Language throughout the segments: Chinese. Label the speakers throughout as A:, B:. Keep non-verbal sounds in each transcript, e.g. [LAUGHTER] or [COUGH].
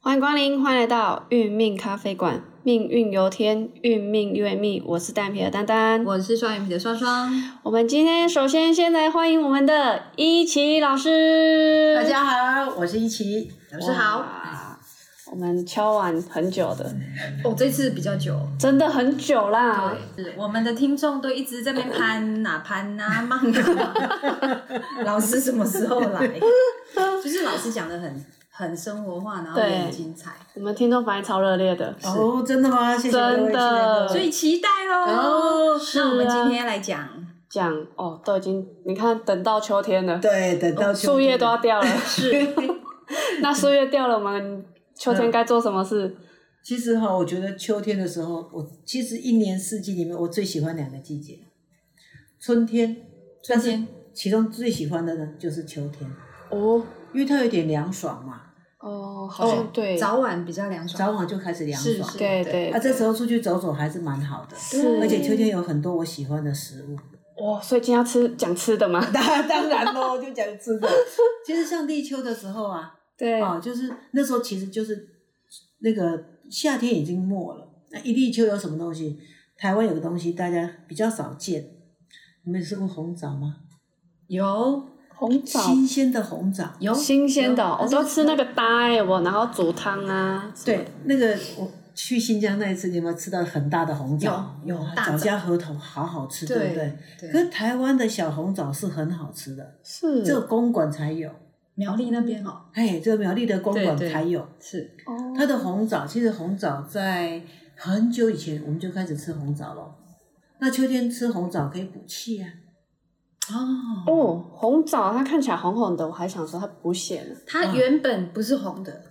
A: 欢迎光临，欢迎来到运命咖啡馆，命运由天，运命由命。我是单眼皮的丹丹。
B: 我是双眼皮的双双，
A: 我们今天首先先来欢迎我们的一奇老师。
C: 大家好，我是一奇。
B: 老师好。
A: 哇。我们敲完很久的，
B: 哦，这次比较久。
A: 真的很久啦。
B: 对，是我们的听众都一直在那边攀呐、攀呐、忙啊。 [LAUGHS] 老师什么时候来？ [LAUGHS] 就是老师讲的很很生活化，然后也
A: 对
B: 很精彩，
A: 我们听众反应超热烈的，
C: 哦，真的吗？谢谢
A: 真的
C: 各位谢谢各位
B: 所以期待喽。
C: 哦
B: 那我们今天来讲，
A: 讲哦，都已经你看等到秋天了，
C: 对，等到秋
A: 哦树叶
C: 天
A: 都要掉了。 [LAUGHS] 是，嗯那树叶掉了，我们秋天该做什么事？
C: 其实哈，我觉得秋天的时候，我其实一年四季里面，我最喜欢两个季节，春天，但是
B: 天
C: 其中最喜欢的呢就是秋天，
A: 哦
C: 因为它有点凉爽嘛，
A: 哦，好像对，
B: 早晚比较凉爽。
C: 早晚就开始凉
B: 是
C: 爽。
B: 是，
A: 对对
C: 啊，这时候出去走走还是蛮好的，
A: 是
C: 而且秋天有很多我喜欢的食物。 [LAUGHS]
A: 哇，所以今天要吃讲吃的嘛？
C: 当当然喽，就讲吃的。其实像立秋的时候啊，
A: 对
C: 哦，就是那时候其实就是那个夏天已经末了，那一立秋有什么东西？台湾有个东西大家比较少见，你们吃过红枣吗？
B: 有
A: 红枣
C: 新鲜的红枣，
B: 有
A: 新鲜的
B: 有
A: 哦，我
B: 但是
A: 都吃那个搭有我，然后煮汤啊。
C: 对，那个我去新疆那一次，你有没有吃到很大的红枣？
B: 有有
C: 哇
B: 大枣
C: 枣加核桃好好吃，对不对？
B: 对
C: 可是台湾的小红枣是很好吃的，
A: 是
C: 只有公馆才有，
B: 苗栗那边哦，
C: 哎，只有苗栗的公馆
B: 对对
C: 才有。
B: 是
A: 哦
C: 它的红枣，其实红枣在很久以前我们就开始吃红枣了。那秋天吃红枣可以补气啊，
B: 哦，
A: 哦，红枣它看起来红红的，我还想说它补血呢。
B: 它原本不是红的，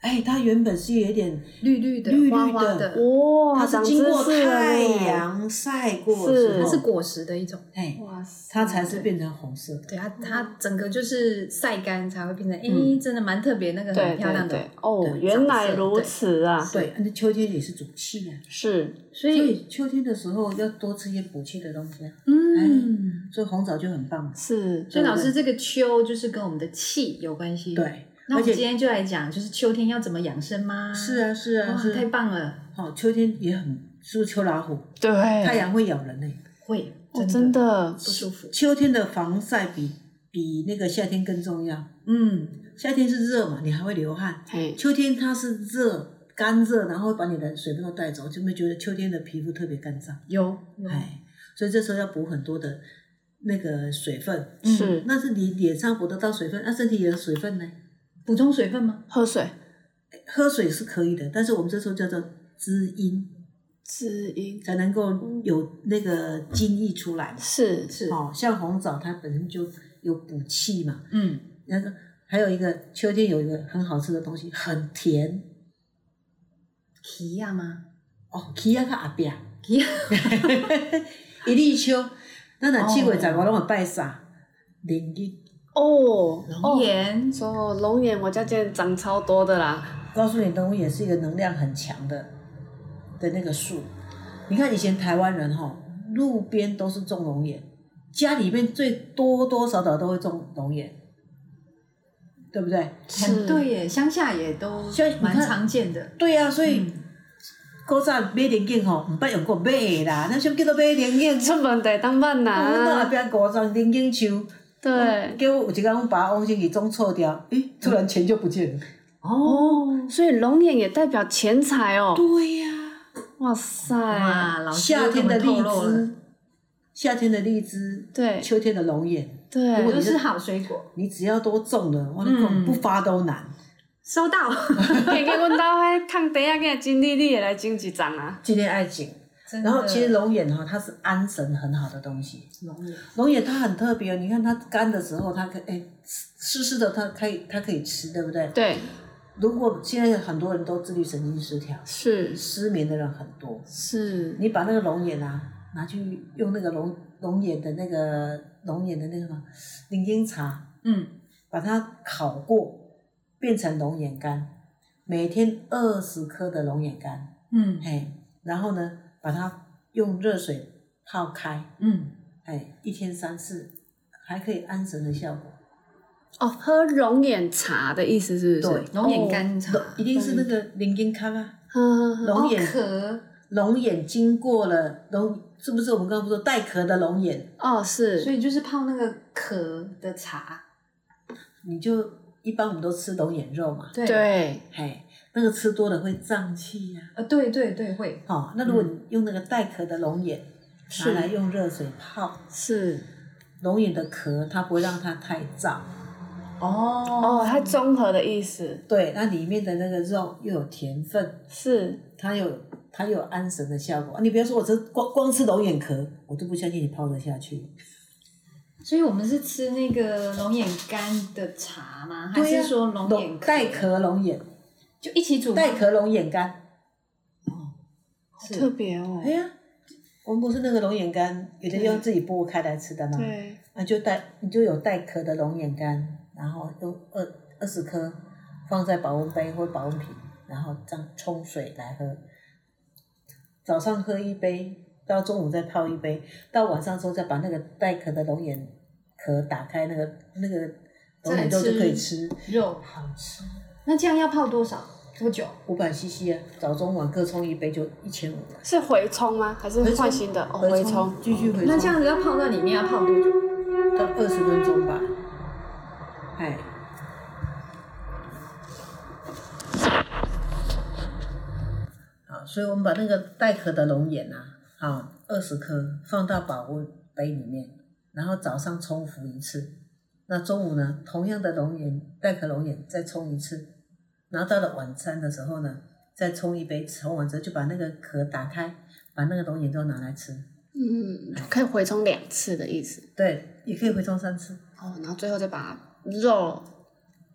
C: 哎，它原本是有一点，
B: 绿绿的
C: 绿绿，的
B: 花花的，
A: 哇，
C: 它
A: 长
C: 是经过
A: 知识了
C: 太
A: 呢，
C: 阳晒过
A: 是
C: 之
B: 它
C: 后，
B: 是果实的一种。
C: 哎，
A: 哇塞，
C: 它才是变成红色的。
B: 对它，它整个就是晒干才会变成，哎、
C: 嗯
B: 真的蛮特别，那个
A: 对
B: 很漂
A: 对
B: 亮的。
A: 对，哦，
C: 对
A: 原来
B: 长色
A: 如
B: 对
A: 此啊，
C: 对，那秋天也是补气啊，
A: 是
B: 所
C: 所
B: 以，哎
C: 以秋天的时候要多吃一些补气的东西啊。
B: 嗯，
C: 所以红枣就很棒。
A: 是，
B: 所以老师这个秋就是跟我们的气有关系。，
C: 对，
B: 那我们
C: 而且
B: 今天就来讲，就是秋天要怎么养生吗？
C: 是啊是啊
B: 哇，
C: 是
B: 太嗯
C: 啊。
B: 棒了，
C: 好，秋天也很是不是秋老虎？
A: 对，
C: 太阳会咬人呢、
B: 会
A: 哦，真
B: 真的
A: 的
B: 不舒服。
C: 秋天的防晒比比那个夏天更重要。
B: 嗯，
C: 夏天是热嘛，你还会流汗。
A: 嘿，
C: 秋天它是热干热，然后把你的水分都带走，就会觉得秋天的皮肤特别干燥。
B: 有有，
C: 哎，所以这时候要补很多的那个水分。
B: 嗯
A: 是
C: 那是你脸上补得到水分，那、身体有水分呢？
B: 补充水分吗？
A: 喝水
C: 喝水是可以的，但是我们这时候叫做滋阴，
A: 滋阴
C: 才能够有那个精液出来嘛。
A: 是
B: 是
C: 哦，像红枣它本身就有补气嘛，
B: 嗯，
C: 那个还有一个秋天有一个很好吃的东西，很甜
B: 皮亚吗？
C: 哦，奇亚卡阿饼，
B: 皮
C: [LAUGHS]
B: 亚
C: 一立秋，咱若七月十五拢会拜啥？灵芝，
A: 哦，
B: 龙眼，
A: 说龙眼，我家今天长超多的啦，
C: 告诉你，龙眼是一个能量很强的的那个树。你看以前台湾人哈，路边都是种龙眼，家里面最多多少少都会种龙眼，对不对？
B: 很对耶，乡下也都
C: 所以你
B: 蛮
C: 看
B: 常见的。
C: 对呀、啊，所以
B: 嗯，
C: 古早买龙眼吼，毋捌用过买的啦，那什么叫做买龙
A: [LAUGHS]
C: 眼？
A: 出门得当伴
C: 啊，阮阿
A: 呐，
C: 边五丛林荫树，
A: 对，
C: 结果有一天阮爸往先去种错掉，诶，突然钱就不见了。
B: 哦，
A: 所以龙眼也代表钱财哦，
C: 对呀、
A: 哇塞，
B: 哇，老师
C: 夏
B: 又给我
C: 天的
B: 们
C: 荔
B: 透露了，
C: 枝，夏天的荔枝，
A: 对
C: 秋天的龙眼，如
A: 对
C: 果，
B: 都是好水果，
C: 你只要多种了，我跟你讲
B: 嗯
C: 不发都难。
B: 收到，
A: 天天阮兜迄空地啊，计真理你会来种一丛啊，
C: 今天爱情，
B: [LAUGHS] 真的
C: 然后其实龙眼哈、它是安神很好的东西。
B: 龙眼，
C: 龙眼它很特别，你看它干的时候，它可哎湿湿的，它可以它可以吃，对不对？
A: 对，
C: 如果现在很多人都自律神经失调，
A: 是
C: 失眠的人很多，
A: 是，
C: 你把那个龙眼啊拿去用那个龙龙眼的那个龙眼的那个什么灵根茶，
B: 嗯，
C: 把它烤过，变成龙眼干，每天二十颗的龙眼干，
B: 嗯
C: 哎，然后呢把它用热水泡开，
B: 嗯，
C: 哎，一天三次，还可以安神的效果。
A: 哦，喝龙眼茶的意思是不是？
C: 对
B: 龙眼干茶，
C: 一定是那个林根康啊，
A: 哦，呵呵呵
C: 龙眼
B: 壳，
C: 龙眼经过了龙，是不是我们刚刚不说带壳的龙眼，
A: 哦，
B: 所
A: 是
B: 以就是泡那个壳的茶。
C: 你就一般我们都吃龙眼肉嘛，
B: 对
A: 对，
C: 嘿，那个吃多了会胀气呀、
B: 呃，对对对，会。
C: 哦，那如果你用那个带壳的龙眼拿
A: 是
C: 来用热水泡，
A: 是
C: 龙眼的壳它不会让它太燥，
B: 哦
A: 哦，它综合的意思
C: 对，那里面的那个肉又有甜分，
A: 是
C: 它有它有安神的效果。啊你不要说我吃光光吃龙眼壳，我都不相信你泡得下去。
B: 所以我们是吃那个龙眼干的茶吗？还
C: 对呀
B: 是说龙眼
C: 龙带壳龙眼，
B: 就一起煮吗？
C: 带壳龙眼干。
B: 是
A: 特别哦
C: 哎，呀，我们不是那个龙眼干，有的用自己剥开来吃的吗？
A: 对，
C: 啊，就带你就有带壳的龙眼干，然后用二二十颗放在保温杯或保温瓶，然后这样冲水来喝。早上喝一杯，到中午再泡一杯，到晚上之后再把那个带壳的龙眼壳打开，那个那个龙眼肉
B: 再吃
C: 就可以吃，
B: 肉，
C: 好吃。
B: 那这样要泡多少多久？
C: 五百 CC 啊，早中晚各冲一杯就一千五了。
A: 是回冲吗？还是
C: 回冲
A: 换新的？哦，回冲，
C: 继续回冲，
B: 那这样子要泡在里面要泡多久？
C: 到二十分钟吧。哎，好，啊所以我们把那个带壳的龙眼啊，好二十颗放到保温杯里面，然后早上冲服一次，那中午呢，同样的龙眼带壳龙眼再冲一次，然后到了晚餐的时候呢，再冲一杯，冲完之后就把那个壳打开，把那个龙眼都拿来吃，
A: 嗯，可以回冲两次的意思
C: 对，也可以回冲三次。
A: 哦，然后最后再把肉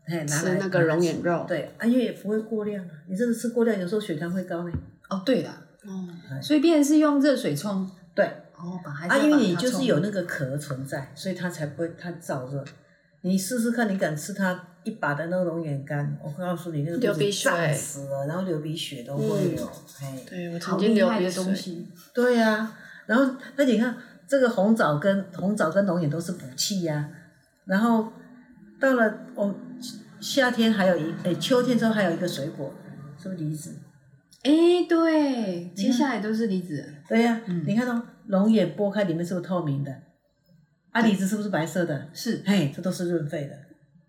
C: 哎，拿
A: 吃
C: 来
A: 那个龙眼肉，
C: 对，啊，因为也不会过量啊。你真的吃过量，有时候血糖会高呢。
B: 哦，对了，
A: 哦，
B: 所以变成是用热水冲。
C: 对，
B: 哦，把还
C: 啊，
B: 是
C: 因
B: 要
C: 为
B: 把
C: 你
B: 它
C: 就是
B: 冲
C: 有那个壳存在，所以它才不会太燥热。你试试看，你敢吃它一把的那个龙眼干，我告诉你，那个
A: 流
C: 肚
A: 鼻
C: 子
A: 水
C: 胀死了，然后流鼻血都会
B: 嗯
C: 流。哎，
A: 对我
B: 好
A: 曾经
B: 厉
A: 流
B: 害
A: 鼻
B: 的
A: 水
B: 东，西。
C: 对呀、然后那你看这个红枣跟红枣跟龙眼都是补气呀、然后到了我、哦、夏天还有一，哎，秋天之后还有一个水果，是不是梨子？
B: 哎，对，接下来都是梨子。
C: 对呀、
B: 嗯
C: 你看哦，龙眼剥开里面是不是透明的？啊，李子是不是白色的？
B: 是，
C: 嘿，这都是润肺的。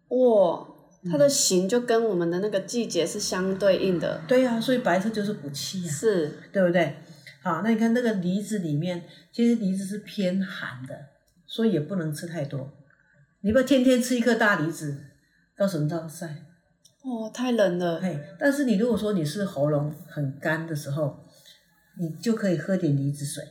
A: 哇，它
C: 嗯
A: 的形就跟我们的那个季节是相对应的，
C: 对呀、所以白色就是补气呀、
A: 是
C: 对不对？好，那你看那个梨子里面，其实梨子是偏寒的，所以也不能吃太多。你不要天天吃一颗大梨子，到什么到晒？
A: 哦，太冷了，
C: 嘿，但是你如果说你是喉咙很干的时候，你就可以喝点梨子水。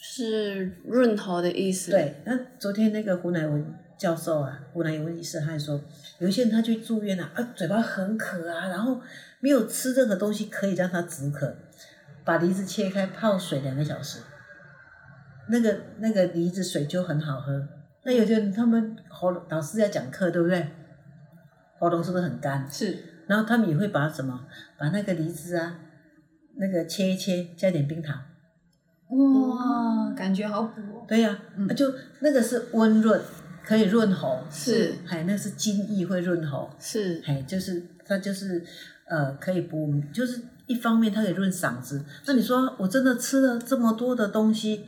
A: 是润喉的意思，，
C: 对，那昨天那个胡乃文教授啊，胡乃文医师他也说，有一些人他去住院啊，啊，嘴巴很渴啊，然后没有吃任何东西可以让他止渴，把梨子切开泡水两个小时，那个那个梨子水就很好喝。那有些人他们喉咙老师在讲课，对不对？喉咙是不是很干？
B: 是，
C: 然后他们也会把什么，把那个梨子啊，那个切一切，加点冰糖。
B: 哇，感觉好补哦。
C: 对呀、
B: 嗯
C: 啊就那个是温润，可以润喉。
A: 是
C: 哎，那是精益会润喉，
A: 是
C: 哎，就是它就是呃可以补，就是一方面它可以润嗓子。那你说我真的吃了这么多的东西，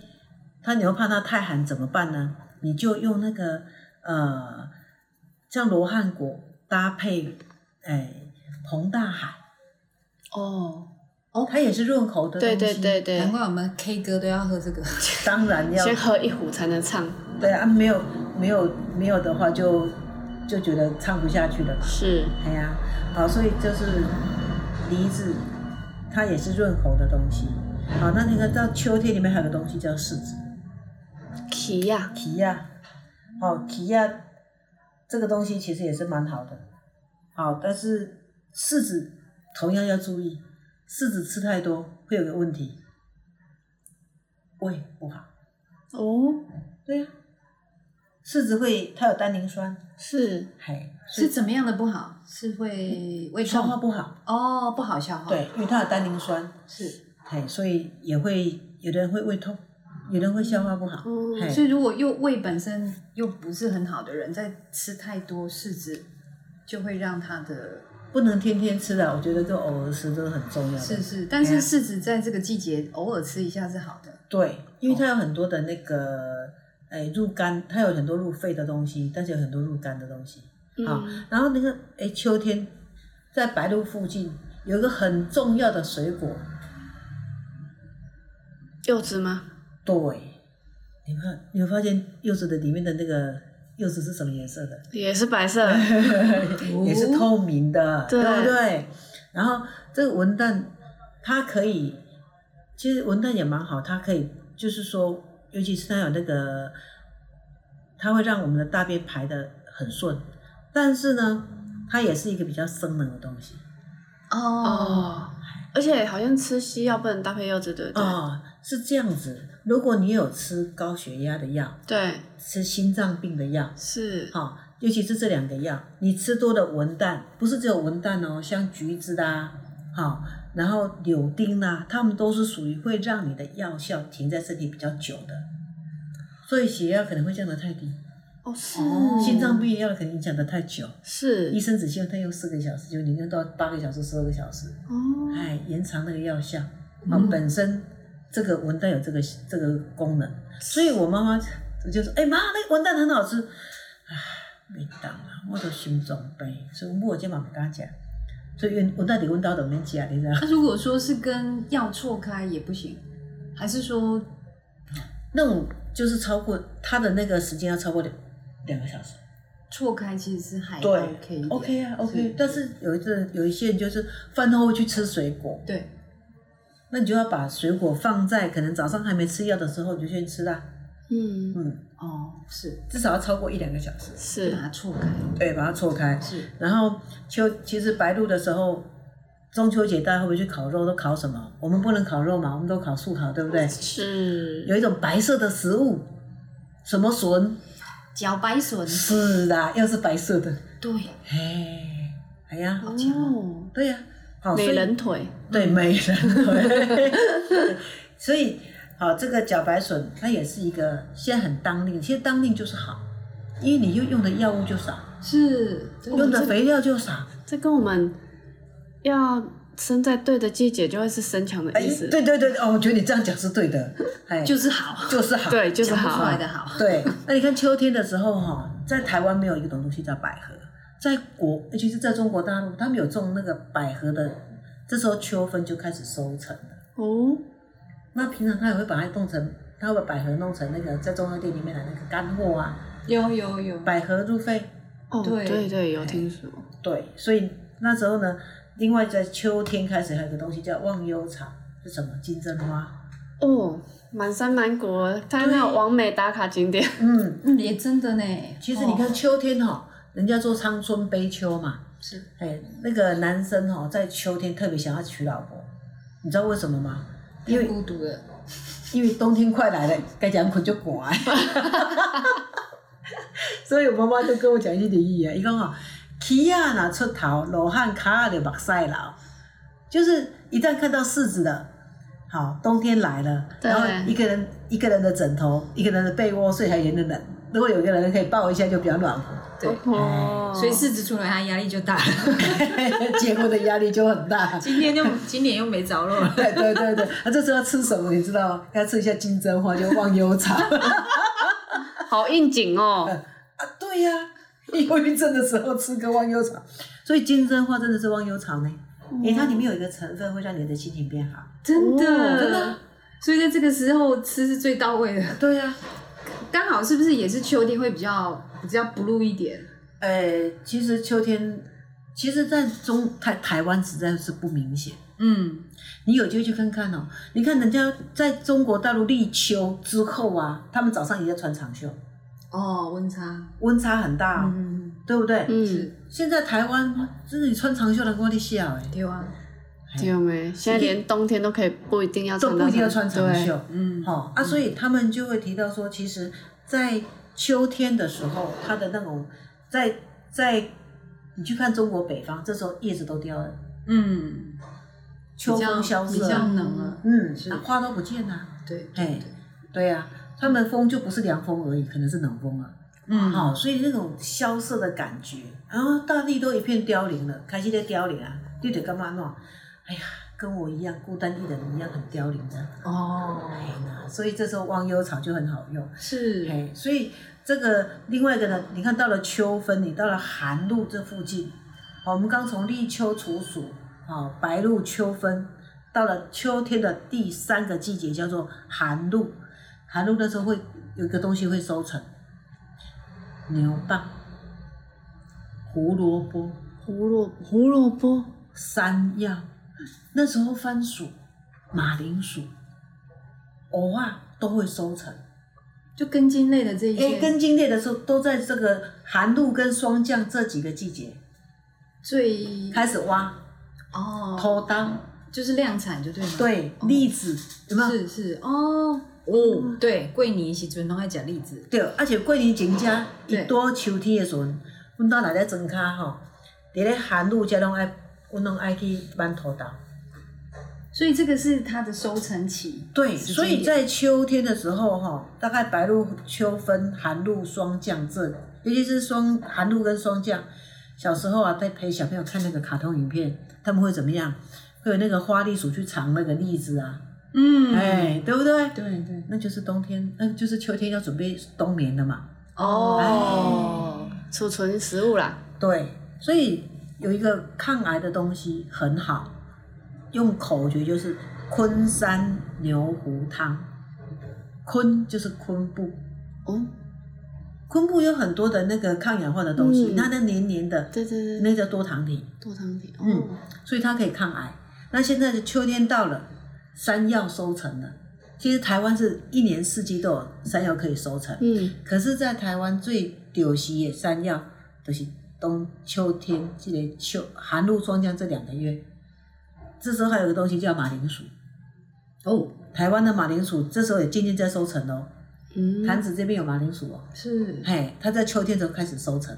C: 它你又怕它太寒怎么办呢？你就用那个呃，像罗汉果搭配哎红大海，
A: 哦，
C: 它也是润喉的东
A: 对
C: 西。
A: 对对对
B: 难，怪我们 K 歌都要喝
C: [LAUGHS]
B: 这个。
C: 当然要
A: 先喝一壶才能唱，
C: 对啊，没有没有没有的话就就觉得唱不下去了嘛。
A: 是
C: 哎呀，好，所以就是梨子，它也是润喉的东西。好，那那个到秋天里面还有个东西叫柿子，嗯
A: 奇呀，
C: 提亚。好，提亚这个东西其实也是蛮好的。好，但是柿子同样要注意，柿子吃太多会有个问题，胃不好。
A: 哦，
C: 对呀、柿子会它有单宁酸，
A: 是
C: 嘿，所
B: 是
C: 以
B: 怎么样的不好？是会胃
C: 嗯消化
B: 痛
C: 不好。
B: 哦，不好消化。，
C: 对，因为它有单宁酸，
B: 是
C: 嘿，所以也会有的人会胃痛，有人会消化不好，
A: 嗯
C: 嘿
B: 所以如果又胃本身又不是很好的人，在吃太多柿子，就会让他的
C: 不能天天吃的，我觉得就偶尔吃都是很重要的。
B: 是是，但
C: 啊
B: 是柿子在这个季节偶尔吃一下是好的。
C: 对，
B: 哦
C: 因为它有很多的那个，哎，入肝，它有很多入肺的东西，但是有很多入肝的东西。好
A: 嗯，
C: 然后那个，哎，秋天在白鹭附近有一个很重要的水果，
A: 柚子吗？
C: 对，你看，你有发现柚子的里面的那个柚子是什么颜色的？
A: 也是白
C: [LAUGHS]
A: 色的，
C: 也是透明的，
A: 对
C: 不对？然后这个文旦，它可以，其实文旦也蛮好，它可以就是说，尤其是它有那个，它会让我们的大便排的很顺，但是呢，它也是一个比较生冷的东西
B: 哦，
A: 哦，而且好像吃西药不能搭配柚子，对不对？
C: 哦，是这样子。如果你有吃高血压的药，
A: 对，
C: 吃心脏病的药，
A: 是，
C: 好、尤其是这两个药，你吃多的文旦，不是只有文旦哦，像橘子啦，好、然后柳丁啦，它们都是属于会让你的药效停在身体比较久的，所以血压可能会降得太低，
A: 哦是，
B: 哦
C: 心脏病药可能影响得太久，
A: 是
C: 医，生只希望他用四个小时，就你用到八个小时、十二个小时，
A: 哦，
C: 哎，延长那个药效。啊、
B: 嗯
C: 本身这个文旦有这个这个功能，所以我妈妈就说：“哎、妈，那个文旦很好吃。”啊，没当啊，我都心脏病，所以我今晚不敢讲。所以文文旦你文到都没吃，你知道？
B: 那如果说是跟药错开也不行，还是说
C: 那种就是超过它的那个时间要超过两两个小时。
B: 错开其实是还
C: 对
B: 哎 OK 一点
C: OK 啊，OK。但是有一阵有一些人就是饭后会去吃水果，
B: 对
C: 那你就要把水果放在可能早上还没吃药的时候你就先吃啦。
A: 嗯，
C: 嗯，
B: 哦是
C: 至少要超过一两个小时。
B: 是把
A: 是，
B: 它错开
C: 对，把它错开。
B: 是
C: 然后秋其实白露的时候，中秋节大家会不会去烤肉？都烤什么？我们不能烤肉嘛，我们都烤素烤，对不对？
A: 是，
C: 有一种白色的食物，什么笋？
B: 茭白笋
C: 是啦，又是白色的。
B: 对
C: 嘿，哎呀，
B: 好强哦
A: 哦，
C: 对呀、好，所
A: 美
C: 以
A: 人腿，
C: 对美人，对 [LAUGHS] 所以好，这个茭白笋它也是一个现在很当令，其实当令就是好，因为你用用的药物就少，
B: 是真
C: 用
B: 这
C: 的
B: 个
C: 肥料就少。
A: 这跟我们要生在对的季节就会是生强的
C: 哎，
A: 意思，
C: 对对对，哦，我觉得你这样讲是对的，哎，
B: 就是好，
C: 就是好，
A: 对，就是
B: 讲不出
A: 好
B: 来，的好，
C: 对。那你看秋天的时候哈、在台湾没有一种东西叫百合，在国，尤其是在中国大陆，他们有种那个百合的，这时候秋分就开始收成了。
A: 哦，
C: 那平常他也会把它弄成，他会把百合弄成那个在中药店里面的那个干货啊，
B: 有有有
C: 百合入肺。
A: 哦，
B: 对
A: 对对，有听说，
C: 对，所以那时候呢，另外在秋天开始还有一个东西叫忘忧草，是什么？金针花。
A: 哦，满山满谷，它那种完美打卡景点，
C: 嗯，
B: 嗯也真的呢，
C: 其实你看
B: 哦
C: 秋天哈、人家做仓春悲秋嘛，
B: 是
C: 哎，那个男生哈、在秋天特别想要娶老婆，你知道为什么吗？因
B: 太
C: 为
B: 孤独了，
C: 因为冬天快来了，该讲困就寒。所以我妈妈就跟我讲一句俚语啊，伊讲哦，起啊若出头，老汉卡啊就目屎流，就是一旦看到柿子了。好，冬天来了，
A: 对
C: 然后一个人一个人的枕头，一个人的被窝睡还有点冷。如果有一个人可以抱一下，就比较暖和。
B: 对，
C: 嗯
A: 哦，
B: 所以柿子出来他压力就大 [LAUGHS] 了，
C: [LAUGHS] 结婚的压力就很大。
B: 今天就今年又没着落了，
C: 对对对对，啊，这时候要吃什么？你知道吗？要吃一下金针花，就忘忧草。 [LAUGHS] 啊，
A: 好应景哦，
C: 对呀、忧郁症的时候吃个忘忧草，所以金针花真的是忘忧草呢。诶、它里面有一个成分会让你的心情变好。
B: 真的
A: 哦真的
B: 的。所以在这个时候吃是最到位的，
C: 对呀、
B: 刚好是不是也是秋天会比较比较 blue 一点？
C: 呃，其实秋天，其实在中台台湾实在是不明显。
B: 嗯，
C: 你有机会去看看哦。你看人家在中国大陆立秋之后啊，他们早上也在穿长袖，
B: 哦，温差，
C: 温差很大、哦，
B: 嗯，
C: 对不对？
A: 嗯，
B: 是，
C: 现在台湾真的你穿长袖的，我的笑哎，
B: 对啊，
A: 听到没？现在连冬天都可以不一定要
C: 都
A: 穿到
C: 不一定要穿长
A: 对
C: 袖，
B: 嗯，
C: 好、哦、啊，所以他们就会提到说，其实，在秋天的时候，它的那种在在你去看中国北方，这时候叶子都掉了，
B: 嗯，
C: 秋风萧瑟
B: 比较
C: 啊，
B: 冷了，
C: 嗯
B: 是，
C: 啊花都不见了、
B: 对，对
C: 哎
B: 对，
C: 对呀、他们风就不是凉风而已，可能是冷风啊。
B: 嗯，
C: 好、所以那种萧瑟的感觉，然后大地都一片凋零了，开始在凋零啊，你得干嘛弄？哎呀，跟我一样孤单一人一样很凋零的、
B: 嗯
C: 哎
B: 哦，
C: 呀，所以这时候忘忧草就很好用。
B: 是，
C: 哎，所以这个另外一个呢，你看到了秋分，你到了寒露这附近，哦我们刚从立秋处暑，哦，白露秋分，到了秋天的第三个季节叫做寒露，寒露那时候会有一个东西会收成，牛蒡、胡萝卜、
A: 胡萝胡萝卜，
C: 山药，那时候番薯、马铃薯、藕啊都会收成。
B: 就根茎类的这一
C: 哎、
B: 些，
C: 根茎类的时候都在这个寒露跟霜降这几个季节
B: 最
C: 开始挖、
B: 嗯哦，
C: 偷当，
B: 就是量产就对了，，
C: 对，
B: 哦
C: 栗子有没有？
B: 是是哦，哦，对，桂林时阵拢爱食栗子，
C: 对，而且桂林景家
B: 哦对
C: 一多秋天的时阵，阮兜内咧庄卡吼，伫咧寒露遮拢爱，阮拢爱去挽土豆。
B: 所以这个是它的收成期，
C: 对，
B: 时间
C: 所以
B: 点
C: 在秋天的时候哈，大概白露、秋分、寒露、霜降这，尤其是霜寒露跟霜降。小时候啊，在陪小朋友看那个卡通影片，他们会怎么样？会有那个花栗鼠去尝那个栗子啊，
B: 嗯，
C: 哎，对不对？
B: 对对，
C: 那就是冬天，那就是秋天要准备冬眠了嘛。
A: 哦，
B: 哎
A: 储存食物啦，
C: 对，所以有一个抗癌的东西很好，用口诀就是昆山牛胡汤。昆就是昆布，
A: 哦，
C: 昆布有很多的那个抗氧化的东西，
A: 嗯
C: 它的黏黏的，
A: 对对对，
C: 那叫多糖体，
A: 多糖体，
C: 嗯
A: 哦，
C: 所以它可以抗癌。那现在的秋天到了，山药收成了。其实台湾是一年四季都有山药可以收成，
A: 嗯，
C: 可是，在台湾最流行的山药，就是冬秋天这个秋寒露霜降这两个月。这时候还有个东西叫马铃薯，
B: 哦，
C: 台湾的马铃薯这时候也渐渐在收成哦，
A: 嗯，
C: 坛子这边有马铃薯哦，
B: 是，
C: 嘿，它在秋天的时候开始收成，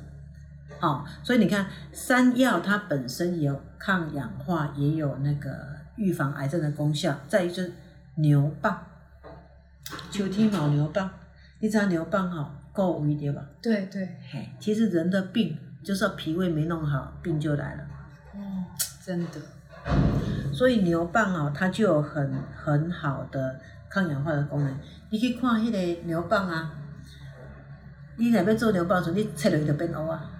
C: 好、所以你看山药它本身也有抗氧化，也有那个预防癌症的功效。再一个就是牛蒡，秋天嘛有牛蒡，你知道牛蒡哈、够味对吧？
B: 对对，
C: 嘿，其实人的病就是脾胃没弄好，病就来了。
B: 哦，真的，
C: 所以牛蒡哦，它就有很很好的抗氧化的功能。你去看迄个牛蒡啊，你若要做牛蒡的时候，你切落去就变乌啊，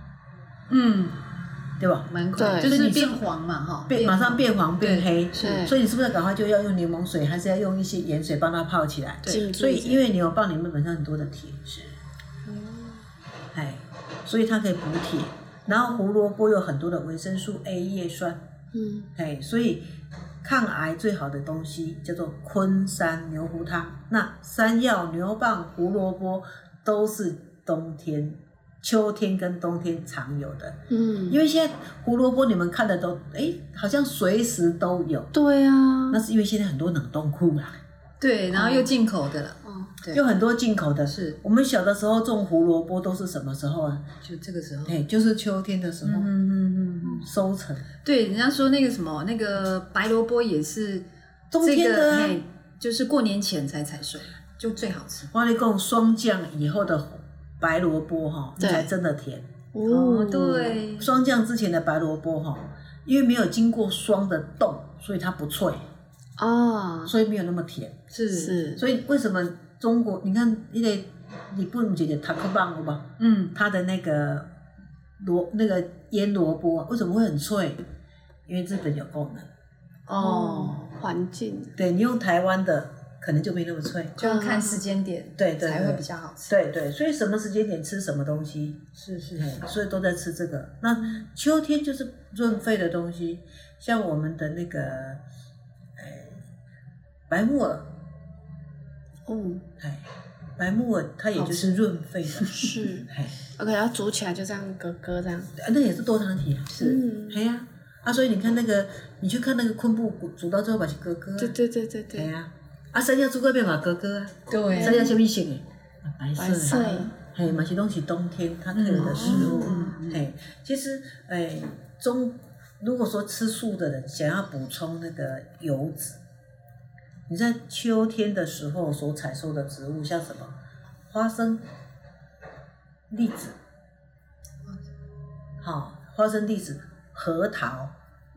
B: 嗯，
C: 对吧？
B: 蛮快，
A: 对
B: 就是变黄嘛哈，
C: 变马上变黄变黑，
A: 是
C: 所以你是不是赶快就要用柠檬水，还是要用一些盐水帮它泡起来？
B: 对
A: 进驻
C: 所以
A: 者
C: 因为牛蒡里面本身很多的铁，是，哎，所以它可以补铁。然后胡萝卜有很多的维生素 A 叶酸，
A: 嗯
C: 哎，所以抗癌最好的东西叫做昆山牛胡汤。那山药、牛蒡、胡萝卜都是冬天、秋天跟冬天常有的，
A: 嗯，
C: 因为现在胡萝卜你们看的都，哎，好像随时都有。
A: 对啊，
C: 那是因为现在很多冷冻库啦，
B: 对，然后又进口的了，
A: 哦，
B: 对
C: 有很多进口的。
B: 是，
C: 我们小的时候种胡萝卜都是什么时候啊？
B: 就这个时候，嗯
C: 对，就是秋天的时候、
B: 嗯嗯嗯，
C: 收成，
B: 对，人家说那个什么，那个白萝卜也是
C: 冬天
B: 这
C: 的
B: 个
C: 啊、
B: 嘿就是过年前才采收，就最好吃。
C: 我跟你讲，霜降以后的白萝卜哈、
A: 对
C: 才真的甜。
B: 哦，，对，
C: 霜降之前的白萝卜哈、因为没有经过霜的冻，所以它不脆，
A: 啊，
C: 所以没有那么甜。
B: 是，
A: 是，
C: 所以为什么中国你看那个日本姐姐塔克棒有吧，
B: 嗯，
C: 它的那个萝那个腌萝卜为什么会很脆？因为日本有功能，
B: 哦，，
A: 环境，
C: 对你用台湾的可能就没那么脆。
B: 就要看时间点，
C: 对对
B: 才会
C: 对
B: 比较好吃。
C: 对对，所以什么时间点吃什么东西，
B: 是是
C: 嘿所以都在吃这个。那秋天就是润肺的东西，像我们的那个，哎，白木耳，
A: 嗯，
C: 哎，白木耳它也就是润肺的，
A: 是
C: 哎，
A: ，OK，然后煮起来就这样咯咯这样，
C: 啊那也是多糖体啊，
A: 嗯，
C: 哎呀、啊，所以你看那个，你去看那个昆布煮到最后把是哥哥、啊，
A: 对对对对
C: 哎
A: 对，
C: 呀、啊，山药煮过变嘛哥哥啊，
B: 对
C: 山药什么色的？啊白色
A: 白
C: 的。
A: 色，
C: 嘿，嘛是拢是冬天它特有的食物。
B: 嗯嗯
C: 嘿，其实，哎，中如果说吃素的人想要补充那个油脂，你在秋天的时候所采收的植物，像什么花生、栗子，好、花生、栗子、核桃，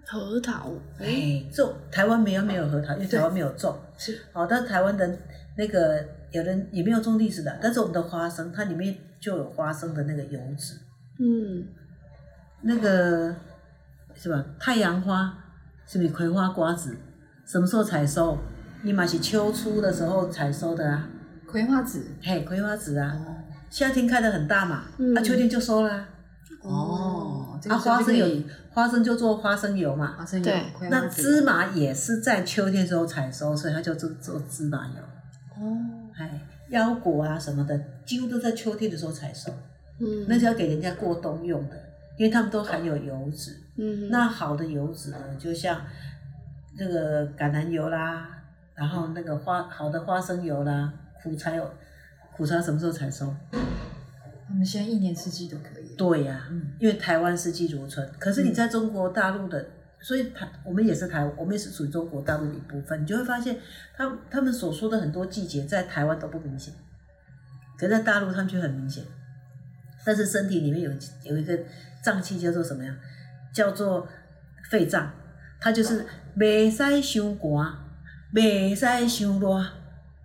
A: 核桃，
C: 哎、种台湾没有没有核桃，因为台湾没有种。
B: 是
C: 好，但台湾人那个有人也没有种栗子的，但是我们的花生它里面就有花生的那个油脂，
A: 嗯，
C: 那个是吧？太阳花是不是葵花瓜子？什么时候采收？你嘛是秋初的时候采收的啊，
B: 葵花籽。
C: 嘿，葵花籽啊，
B: 哦
C: 夏天开的很大嘛，
A: 嗯
C: 啊，秋天就收啦、啊。
B: 哦，这个
C: 啊，花
B: 是不
C: 生
B: 是
C: 有
B: 可以
C: 花生就做花生油嘛，
B: 花生油
A: 对
B: 葵花
C: 那芝
B: 籽
C: 麻也是在秋天时候采收，所以它就做做芝麻油。
B: 哦，
C: 哎，腰果啊什么的，几乎都在秋天的时候采收，
A: 嗯，
C: 那是要给人家过冬用的，因为它们都含有油脂。
A: 嗯，
C: 那好的油脂呢，就像那个橄榄油啦，然后那个花好的花生油啦，苦茶有苦茶什么时候采收？
B: 我们现在一年四季都可以。
C: 对呀、
B: 嗯
C: 因为台湾四季如春，可是你在中国大陆的，所以台我们也是台，我们也是属于中国大陆的一部分，你就会发现他他们所说的很多季节在台湾都不明显，可在大陆他们却很明显。但是身体里面有有一个脏器叫做什么呀？叫做肺脏，它就是袂使伤寒，袂使伤热，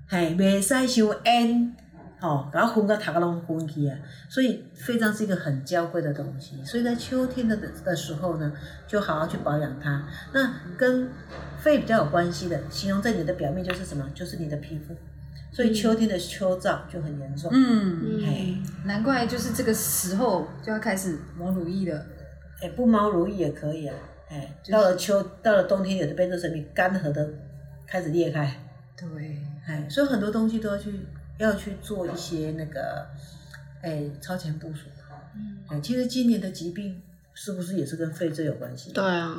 C: 嘿，袂使伤烟，吼、把它昏到头壳拢昏去啊。所以肺脏是一个很娇贵的东西，所以在秋天的的时候呢，就好好去保养它。那跟肺比较有关系的，形容在你的表面就是什么？就是你的皮肤。所以秋天的秋燥就很严重。
B: 嗯，
A: 嗯
C: 嘿
B: 难怪就是这个时候就要开始抹乳液了。
C: 哎、不毛如意也可以啊。哎、
B: 就是
C: 到了秋，到了冬天，有的被热成品干涸的开始裂开。
B: 对，
C: 哎、所以很多东西都要去要去做一些那个，哎、超前部署。
A: 嗯
C: 哎、其实今年的疾病是不是也是跟肺这有关系？
A: 对。啊，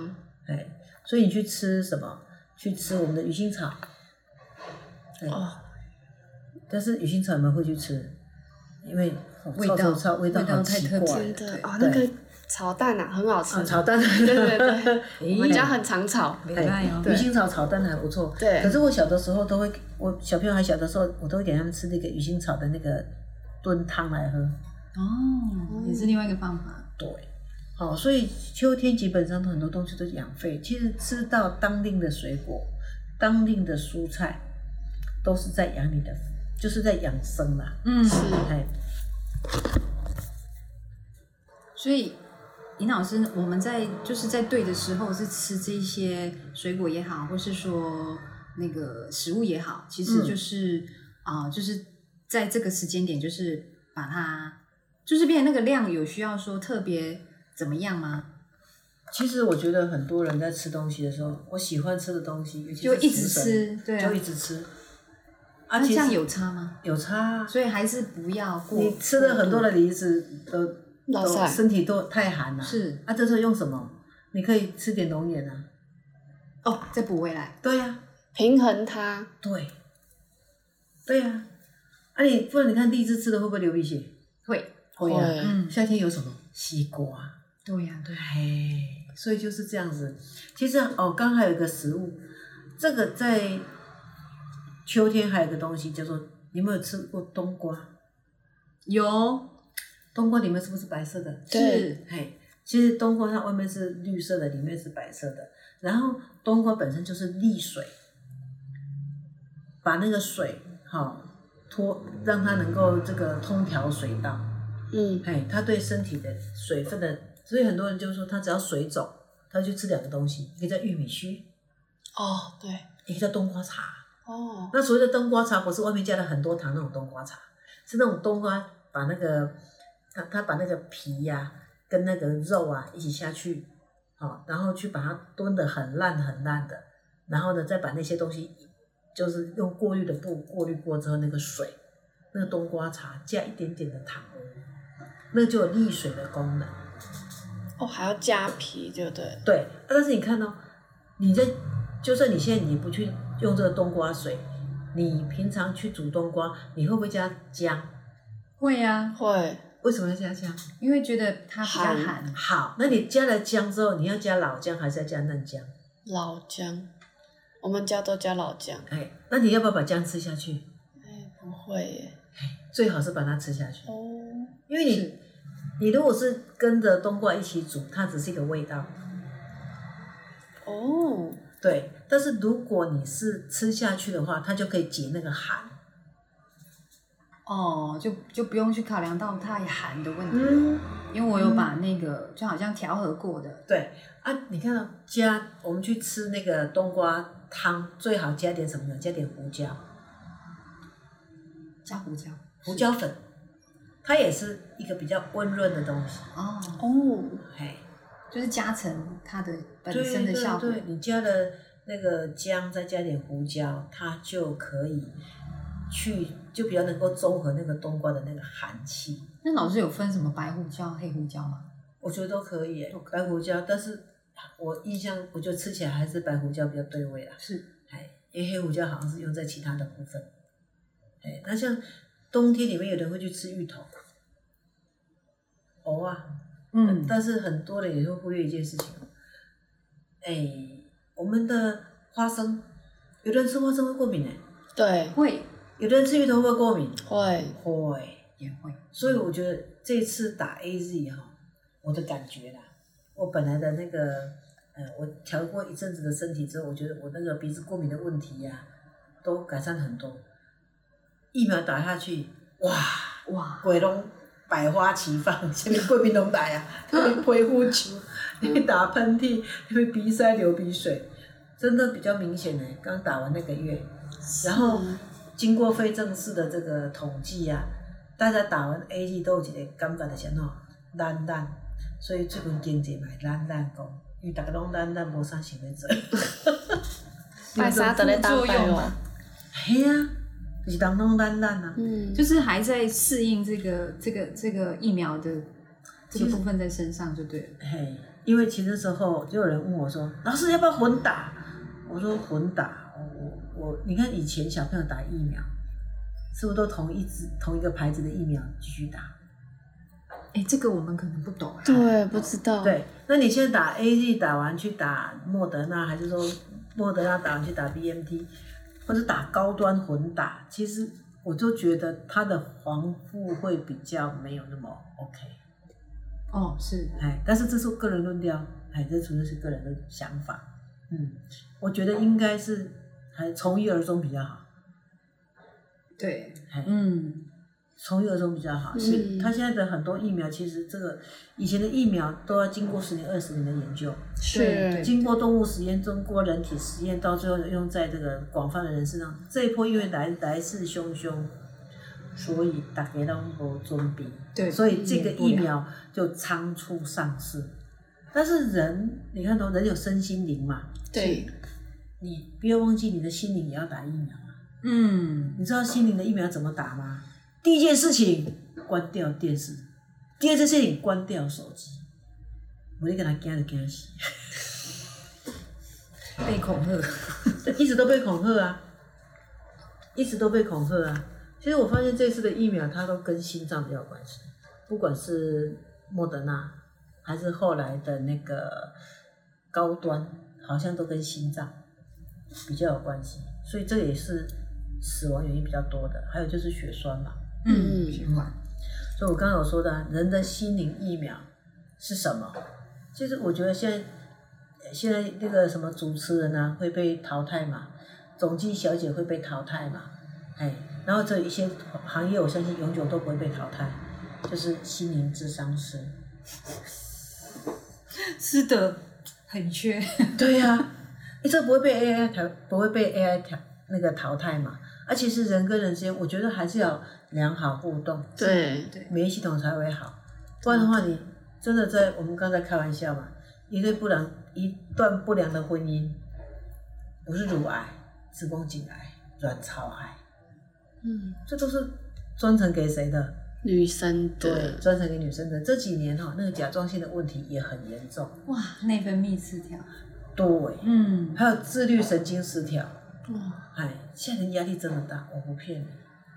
C: 哎、所以你去吃什么？去吃我们的鱼腥草。哎
A: 哦，
C: 但是鱼腥草你们会去吃，因为、哦
B: 味
C: 臭
B: 道
C: 臭臭味道
B: 味道
C: 好
B: 太
C: 奇
B: 特
C: 怪。
B: 别
A: 真的
B: 对哎
A: 啊，
C: 对
A: 那个炒蛋啊，很好吃
C: 啊，，炒
B: [LAUGHS]
C: 蛋。
A: 对对对，
B: 我
A: 我们家很常炒，
B: 没
C: 哎
B: 爱哦。
C: 鱼腥草炒蛋还不错。
A: 对
C: 可是我小的时候都会，我小朋友还小的时候，我都会给他们吃那个鱼腥草的那个炖汤来喝。
B: 哦，也是另外一个方法。
C: 对，好、所以秋天基本上很多东西都是养肺。其实吃到当令的水果、当令的蔬菜，都是在养你的，就是在养生啦。
B: 嗯，
C: 哎，
B: 所以尹老师，我们在就是在对的时候是吃这些水果也好，或是说那个食物也好，其实
C: 嗯
B: 就是啊、就是在这个时间点，就是把它就是变成那个量有需要说特别怎么样吗？
C: 其实我觉得很多人在吃东西的时候，我喜欢吃的东西，尤其是
B: 就一直
C: 食神
B: 吃，对啊
C: 就一，直吃。啊，
B: 那这
C: 其
B: 样
C: 实
B: 有差吗？
C: 有差、啊。
B: 所以还是不要过。
C: 你吃了很多的梨子，都
A: 老
C: 都
A: 塞
C: 身体都太寒了。
B: 是
C: 啊，这时候用什么？你可以吃点龙眼啊。
B: 哦，再补回来。
C: 对呀、
A: 平衡它，
C: 对，对呀、啊。你不然你看荔枝吃了会不会流鼻血？
B: 会，
C: 会啊。
A: 会
B: 嗯，
C: 夏天有什么？西瓜。
B: 对呀、对，
C: 哎，所以就是这样子。其实哦，刚还有一个食物，这个在秋天还有一个东西叫做，你有没有吃过冬瓜？
B: 有
C: 冬瓜里面是不是白色的？
A: 对
B: 是，
C: 嘿，其实冬瓜它外面是绿色的，里面是白色的。然后冬瓜本身就是沥水，把那个水哈、脱，让它能够这个通调水道。
A: 嗯
C: 哎，它对身体的水分的，所以很多人就说他只要水肿，他就吃两个东西，一个叫玉米须，
A: 哦对
C: 一个叫冬瓜茶。
A: 哦
C: 那所谓的冬瓜茶不是外面加了很多糖那种冬瓜茶，是那种冬瓜把那个它它把那个皮呀、跟那个肉啊一起下去，好、然后去把它炖得很烂很烂的，然后呢再把那些东西就是用过滤的布过滤过之后那个水，那个冬瓜茶加一点点的糖，那就有沥水的功能。
A: 哦还要加皮，对不对？
C: 对，啊但是你看哦，你在就算你现在你不去用这个冬瓜水，你平常去煮冬瓜，你会不会加姜？
B: 会呀、
A: 会
C: 为什么要加姜？
B: 因为觉得它比较
A: 寒
B: 寒，
C: 好，那你加了姜之后，你要加老姜还是要加嫩姜？
A: 老姜，我们家都加老姜，
C: 哎，那你要不要把姜吃下去？
A: 哎，不会耶。
C: 最好是把它吃下去，
A: 哦，
C: 因为你你如果是跟着冬瓜一起煮，它只是一个味道，
A: 哦，
C: 对。但是如果你是吃下去的话，它就可以解那个寒。
B: 哦，就就不用去考量到太寒的问题，
C: 嗯，
B: 因为我有把那个就好像调和过的，
C: 对啊，你看到加我们去吃那个冬瓜汤，最好加点什么呢？加点胡椒，
B: 加胡椒
C: 胡椒粉，它也是一个比较温润的东西。
B: 哦，
A: 哦，
C: 哎，
B: 就是加成它的本
C: 对
B: 身的效果
C: 对。对，你加了那个姜，再加点胡椒，它就可以去，就比较能够中和那个冬瓜的那个寒气。
B: 那老师有分什么白胡椒、黑胡椒吗？
C: 我觉得都可以耶
B: 都，可
C: 白胡椒，但是我印象我就吃起来还是白胡椒比较对味啦。
B: 是
C: 哎，因为黑胡椒好像是用在其他的部分。哎，那像冬天里面有人会去吃芋头，藕啊，
B: 嗯
C: 但是很多人也会忽略一件事情，哎，我们的花生，有的人吃花生会过敏哎、
A: 对，
B: 会
C: 有的人吃芋头会过敏，
A: 会，
C: 会。
B: 也会
C: 所以我觉得这次打 A Z 哈、我的感觉啦，我本来的那个，呃，我调过一阵子的身体之后，我觉得我那个鼻子过敏的问题呀、都改善很多。疫苗打下去，哇，
B: 哇，
C: 鬼拢百花齐放， [LAUGHS] 什么过敏拢来啊，那个皮肤球，那个打喷嚏，那个鼻塞流鼻水，真的比较明显呢。刚打完那个月，然后经过非正式的这个统计啊，大家打完 A G 都有一个感觉就是喏，懒懒，所以最近经济嘛懒懒讲，因为大家拢懒懒，无啥想要做。
A: 拜沙德嘞当拜
B: 有种副作用
A: 哦
B: 吗，
C: 嘿啊，就是人拢懒懒啊。
A: 嗯，
B: 就是还在适应这个这个这个疫苗的这个部分在身上就对了。
C: 嘿，因为其实那时候就有人问我说：“老师要不要混打？”我说：“混打，我我你看以前小朋友打疫苗，是不是都同一支同一个牌子的疫苗继续打？
B: 哎，这个我们可能不懂啊。
A: 对，不知道，，
C: 对，那你现在打 A Z 打完去打莫德纳，还是说莫德纳打完去打 B M T，或者打高端混打？其实我就觉得它的防护会比较没有那么 OK。
B: 哦，是
C: 哎，但是这是我个人论调，哎，这纯粹是个人的想法。嗯，我觉得应该是还从一而终比较好，
B: 对
C: 哎，
B: 嗯，
C: 从一而终比较好。
A: 嗯
C: 是，它现在的很多疫苗，其实这个以前的疫苗都要经过十年、二十年的研究，
B: 对
A: 是，
C: 经过动物实验，经过人体实验，到最后用在这个广泛的人身上。这一波因为来来势汹汹，所以大家都无准备。
B: 对，
C: 所以这个
B: 避
C: 疫
B: 嗯免不了
C: 苗就仓促上市。但是人，你看到人有身心灵嘛，
A: 对，
C: 你不要忘记你的心灵也要打疫苗啊。
B: 嗯，
C: 你知道心灵的疫苗怎么打吗？第一件事情关掉电视，第二件事情关掉手机。我就跟他惊就惊死，
B: 被恐吓，
C: [LAUGHS] 一直都被恐吓啊，一直都被恐吓啊。其实我发现这次的疫苗它都跟心脏比较有关系，不管是莫德纳还是后来的那个高端，好像都跟心脏比较有关系，所以这也是死亡原因比较多的。还有就是血栓嘛，
A: 嗯
B: 嗯，循 [LAUGHS] 环，
C: 所以我刚刚有说的啊，人的心灵疫苗是什么？其实我觉得现在呃现在那个什么主持人啊会被淘汰嘛，总经理小姐会被淘汰嘛，哎，然后这一些行业我相信永久都不会被淘汰，就是心灵智商师。
B: 是的，很缺，
C: 对呀、诶哎这不会被 AI 淘，不会被 AI 淘那个淘汰嘛？而且是人跟人之间，我觉得还是要良好互动。
A: 对，
B: 对，
C: 免疫系统才会好。不然的话，你真的在我们刚才开玩笑嘛，一对不良一段不良的婚姻，不是乳癌、子宫颈癌、卵巢癌，
A: 嗯，
C: 这都是专程给谁的？
A: 女生的，
C: 专程给女生的。这几年哈、那个甲状腺的问题也很严重，
B: 哇，内分泌失调，
C: 对，
B: 嗯，
C: 还有自律神经失调。
A: 哇，
C: 哎，现在人压力真的大，我不骗你。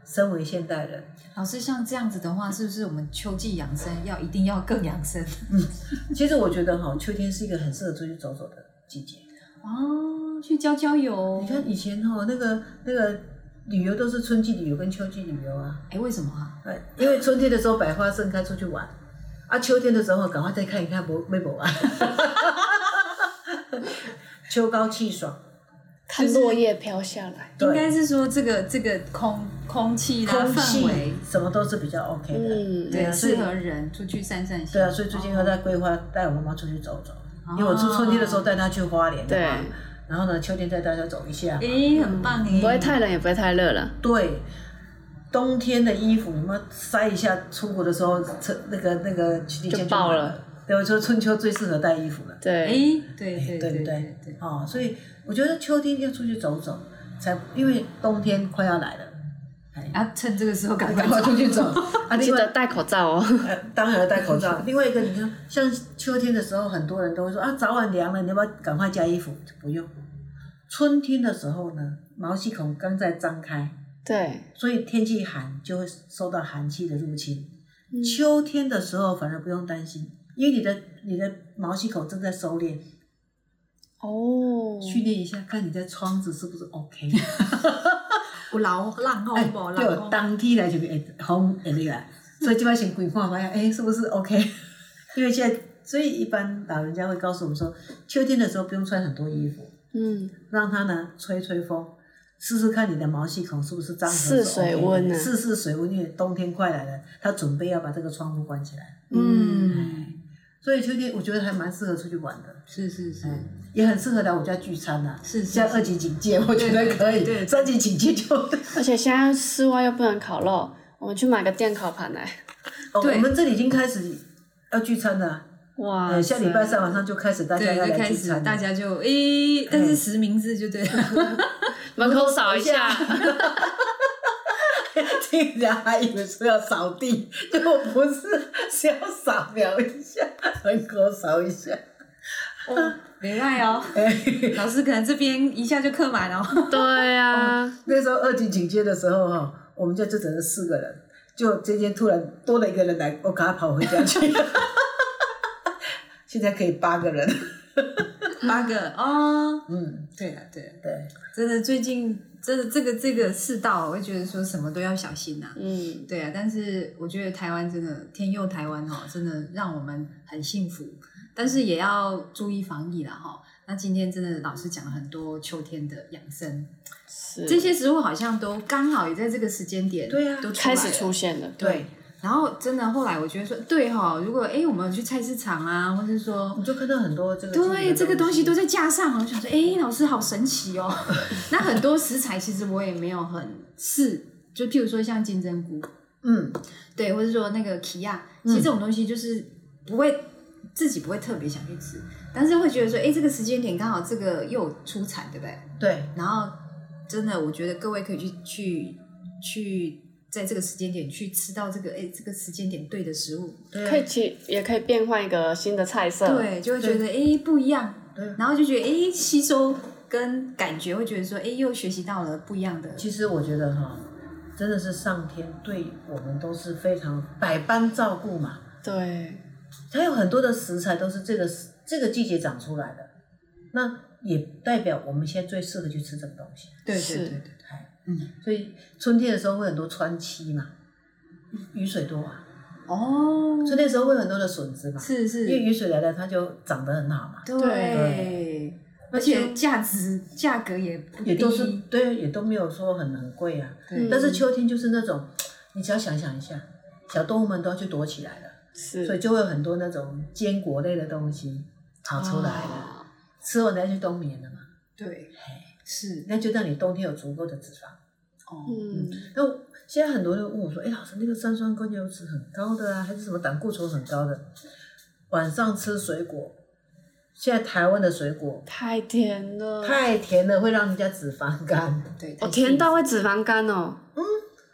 C: 身为现代人，
B: 老师像这样子的话，是不是我们秋季养生要一定要更养生？ [LAUGHS]
C: 其实我觉得哈、秋天是一个很适合出去走走的季节。
B: 哦，去郊郊游。
C: 你看以前哦，那个那个旅游都是春季旅游跟秋季旅游啊，
B: 哎，为什么啊？
C: 呃因为春天的时候百花盛开出去玩，啊，秋天的时候赶快再看一看没没博啊， [LAUGHS] 秋高气爽，
B: 就
A: 看
B: 是
A: 落叶飘下来，
B: 应
C: 对
B: 该是说这个这个空空气啦、
C: 空
B: 氛
C: 气
B: 围，
C: 什么都是比较 OK 的。
A: 嗯，
B: 对，
C: 啊所
B: 适
C: 以
B: 合人出去散散心。哦
C: 对啊，所以最近要在规划带我妈妈出去走走，因为我是春天的时候带她去花莲的
A: 哦对
C: 嘛，然后呢，秋天带大家走一下。
B: 诶，很棒诶，
A: 不会太冷也不会太热了，
C: 对，冬天的衣服你们塞一下，出国的时候，这那个那个行李箱
A: 就爆
C: 满
A: 了。
C: 对，我说春秋最适合带衣服了，
A: 对，
B: 诶，对对
C: 对
B: 对
C: 不
B: 对
C: 对？哦，所以我觉得秋天要出去走走，才因为冬天快要来了，哎，
B: 啊，趁这个时候赶
C: [LAUGHS]
B: 快
C: 赶快
B: 走
A: [LAUGHS]
C: 出去走。啊，
A: 记
C: 另
A: 得
C: 外
A: 戴口罩哦。
C: 呃当然要戴口罩。另外一个，你看，像秋天的时候，很多人都会说啊，早晚凉了，你要不要赶快加衣服？不用。春天的时候呢，毛细孔刚在张开，
A: 对，
C: 所以天气寒就会受到寒气的入侵。
A: 嗯
C: 秋天的时候反而不用担心，因为你的你的毛细孔正在收敛，
A: 哦，
C: 训练一下，看你的窗子是不是 OK。
B: 有老浪后
C: 哎，
B: 无
C: 对，
B: 浪
C: 有
B: 后，
C: 当天来就是会风会那个，所以这摆先规看看，哎，是不是 OK？因为现在，所以一般老人家会告诉我们说，秋天的时候不用穿很多衣服，
A: 嗯，
C: 让它呢吹吹风，试试看你的毛细孔是不是张合是 OK 的
A: 试水温啊
C: 试试水温，因为冬天快来了，他准备要把这个窗户关起来，
B: 嗯，
C: 所以秋天我觉得还蛮适合出去玩的。
B: 是是是，
C: 嗯，也很适合来我家聚餐呐、啊，
B: 是是
C: 像
B: 是
C: 二级警戒，我觉得可
B: 对
C: 以，
B: 对对
C: 三级警戒就哦
A: 而且现在室外又不能烤肉，我们去买个电烤盘来。
C: 哦
B: 对
C: 我们这里已经开始要聚餐了啊，
A: 哇
C: 呃，下礼拜三晚上就开始大家
B: 对，
C: 要
B: 就
C: 来
B: 开
C: 聚
B: 始
C: 餐了，哎
B: 大家就诶，但是实名制就对了，
A: 门口扫一下，
C: [LAUGHS] 听人家还以为说要扫地，结果不是，是要扫描一下， [LAUGHS] 门口扫一下，
B: [LAUGHS]
C: [LAUGHS]
B: 没赖哦，
C: 哎，
B: 老师可能这边一下就客满
C: [LAUGHS]
B: 哦，
A: [LAUGHS] 对啊，
C: 那时候二级警戒的时候哈，我们家就只能四个人，就今天突然多了一个人来，我赶快跑回家去。 [LAUGHS] 现在可以八个人，
B: 八个哦，
C: 嗯，
B: 对了对了，
C: 对，
B: 真的最近真的这个这个世道，我会觉得说什么都要小心呐、
A: 嗯，
B: 对啊，但是我觉得台湾真的天佑台湾哦，真的让我们很幸福，但是也要注意防疫啦哈、那今天真的老师讲了很多秋天的养生，
A: 是
B: 这些食物好像都刚好也在这个时间点，
C: 对啊
B: 都出
A: 开
B: 来
A: 始
B: 了
A: 出现了，
B: 对。然后真的后来我觉得说，对哈、如果哎我们有去菜市场啊，或是说
C: 我就看到很多这个
B: 对，这个东西都在架上，我想说，哎，老师好神奇哦。那很多食材其实我也没有很试，就譬如说像金针菇，
C: 嗯，
B: 对，或者说那个奇亚，其实这种东西就是不会、自己不会特别想去吃，但是会觉得说，哎，这个时间点刚好这个又有出产，对不对？
C: 对，
B: 然后真的，我觉得各位可以去去去在这个时间点去吃到这个，哎，这个时间点对的食物，
C: 对啊
A: 可以去也可以变换一个新的菜色，，
B: 对，就会觉得哎、诶不一样
C: 嗯对，
B: 然后就觉得哎、诶吸收跟感觉会觉得说哎、诶又学习到了不一样的，
C: 其实我觉得哈，真的是上天对我们都是非常百般照顾嘛。
A: 对，
C: 它有很多的食材都是这个时这个季节长出来的，那也代表我们现在最适合去吃这个东西。
B: 对对
A: 是
B: 对对，对
C: 哎，
B: 嗯，
C: 所以春天的时候会很多川七嘛，雨水多啊，
B: 哦，
C: 春天的时候会很多的笋子嘛，
B: 是是
C: 因，为雨水来了，它就长得很好嘛，
B: 对，而且价值价格也不低，
C: 也都是对，也都没有说很很贵啊。
B: 对
C: 但是秋天就是那种，你只要想想一下，小动物们都要去躲起来了。所以
A: 是，
C: 就会有很多那种坚果类的东西跑出来了，
A: 啊
C: 吃完再去冬眠了嘛，
B: 哦对是
C: 那就让你冬天有足够的脂肪。
B: 哦，
A: 嗯，
C: 那我现在很多人问我说：“哎，老师，那个三酸甘油酯很高的啊，还是什么胆固醇很高的？晚上吃水果，现在台湾的水果
A: 太甜了，
C: 太甜了，会让人家脂肪肝。
B: 对，
A: 我
B: 太
A: 哦甜
B: 幸
A: 到
B: 福
A: 会脂肪肝哦，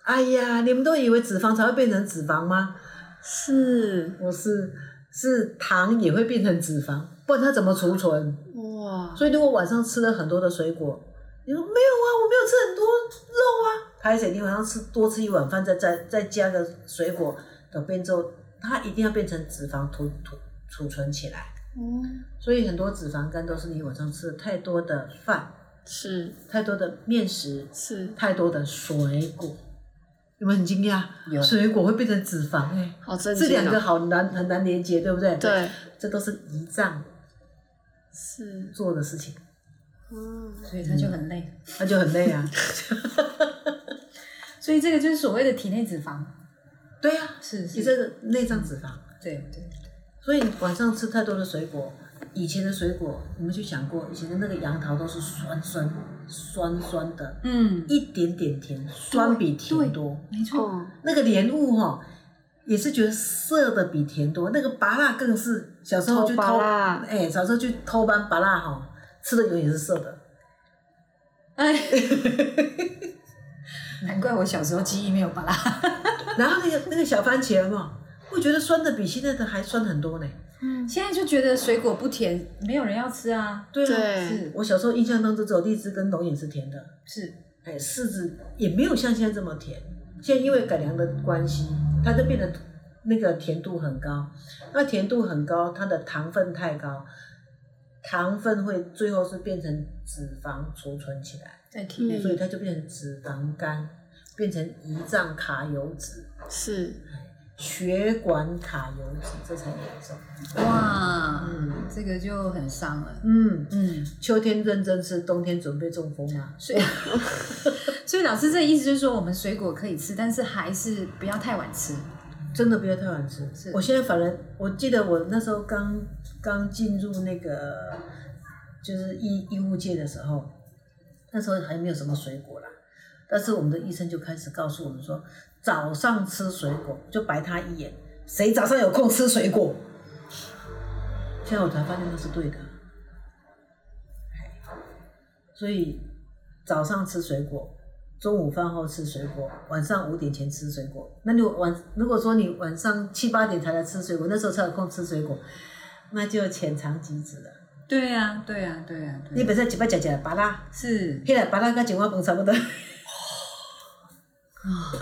C: 哎呀，你们都以为脂肪才会变成脂肪吗？
A: 是，
C: 不是，是糖也会变成脂肪，不然它怎么储存？
A: 哇，
C: 所以如果晚上吃了很多的水果，你说没有啊，我没有吃很多肉啊，拍谁？你晚上吃多吃一碗饭，再再再加个水果的变奏，它一定要变成脂肪储储储存起来。
A: 嗯，
C: 所以很多脂肪肝都是你晚上吃了太多的饭、
A: 是
C: 太多的面食、
A: 是，
C: 太多的水果。有没有很惊讶？
B: 有
C: 水果会变成脂肪哎、
A: 好震
C: 这
A: 惊
C: 两个
A: 哦。
C: 好难很难连接，对不对？，
A: 对，
C: 这都是胰脏
A: 是，
C: 做的事情，
A: 嗯，
B: 所以他就很累。
C: 那就很累啊。
B: 所以这个就是所谓的体内脂肪，
C: 对呀、啊，
B: 是
C: 你
B: 是，
C: 这个内脏脂肪，
B: 对对，
C: 所以晚上吃太多的水果，以前的水果，你们去想过，以前的那个杨桃都是酸酸酸酸的，
B: 嗯，
C: 一点点甜，酸比甜多。
B: 没错，
A: 哦，
C: 那个莲雾哈、也是觉得涩的比甜多，那个拔蜡更是小时候去
A: 偷芭
C: 偷，
A: 乐
C: 哎、小时候去偷搬拔蜡哈，吃的永远是涩的。
B: 哎，难怪我小时候记忆没有巴拉，
C: 然后那个那个小番茄嘛，会觉得酸的比现在的还酸很多呢。
A: 嗯，
B: 现在就觉得水果不甜，没有人要吃啊，
C: 对啊，
A: 对，
B: 是
C: 我小时候印象当中只有荔枝跟龙眼是甜的，
B: 是，
C: 哎，柿子也没有像现在这么甜。现在因为改良的关系，它就变得那个甜度很高。那甜度很高，它的糖分太高，糖分会最后是变成脂肪储存起来，
B: 在体内
A: 嗯
C: 所以它就变成脂肪肝，变成胰脏卡油脂、
A: 是，
C: 血管卡油脂，这才严重。
B: 哇，
C: 嗯
B: 这个就很伤了。
C: 嗯，
B: 嗯，
C: 秋天认真吃，冬天准备中风啊吗？
B: 所以所以老师这意思就是说，我们水果可以吃，但是还是不要太晚吃。
C: 真的不要太晚吃
B: 是。
C: 我现在反而，我记得我那时候刚刚进入那个就是医医务界的时候，那时候还没有什么水果啦，但是我们的医生就开始告诉我们说，早上吃水果就白他一眼，谁早上有空吃水果？现在我才发现那是对的，啊所以早上吃水果，中午饭后吃水果，晚上五点前吃水果。那你晚如果说你晚上七八点才来吃水果，那时候才有空吃水果，那就浅尝即止了。
B: 对呀、对呀、对呀、
C: 你
B: 对呀、
C: 本身几百吃吃巴拉，
B: 是
C: 迄个巴拉跟金花饭差不多，
B: 啊、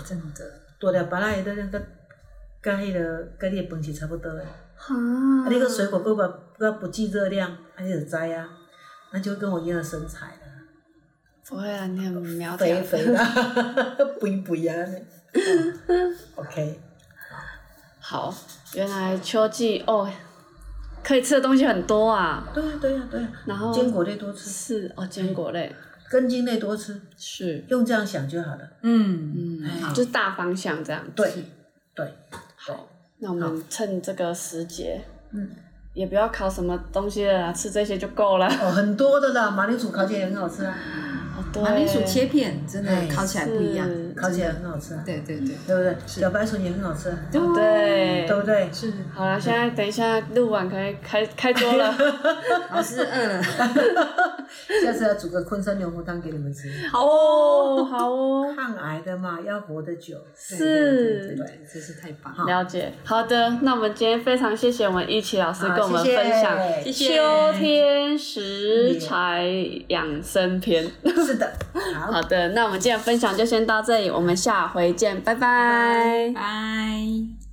B: 真的，
C: 多了巴拉伊都那个。跟迄、个跟你的饭是差不多的，啊，
A: 啊
C: 你个水果够不够不计热量，啊，你就知啊，那就跟我一样的身材了。
A: 不会啊，你很苗条，
C: 肥肥的， [LAUGHS] 肥肥啊呢。嗯 OK，
A: 好，原来秋季哦，可以吃的东西很多啊，
C: 对呀、对呀、对呀、
A: 然后
C: 坚果类多吃，
A: 是哦，坚果类
C: 根茎类多吃，
A: 是，
C: 用这样想就好了。
B: 嗯，
A: 嗯
C: 哎，
A: 就是大方向这样。
C: 对，对，
A: 好，那我们趁这个时节，
C: 嗯，
A: 也不要烤什么东西了啦，吃这些就够了。
C: 哦，很多的啦，马铃薯烤起来也很好吃啊，
A: 哦，对，
B: 马铃薯切片真的
C: 哎
B: 烤起来不一样，
A: 是
C: 烤起来很好吃啊，
B: 对对对，
C: 对不对？
B: 是
C: 小白笋也很好吃啊，
A: 哦对
C: 对不对？
B: 是
A: 好了，现在等一下录完可以开开桌 [LAUGHS] 了。
B: 老师饿了， [LAUGHS]
C: 下次要煮个昆山牛骨汤给你们吃。
A: 好哦，好哦，
C: 抗癌的嘛，要活得久。
B: 对对对
A: 是
B: 对对真是太棒
C: 嗯
B: 了。
A: 了解。好的，那我们今天非常谢谢我们一奇老师
C: 好
A: 跟我们
C: 谢谢
A: 分享
C: 谢
B: 谢
A: 秋天食材养生篇。
C: 是的，好
A: 好。的，那我们今天的分享就先到这里，我们下回见，拜拜
B: 拜。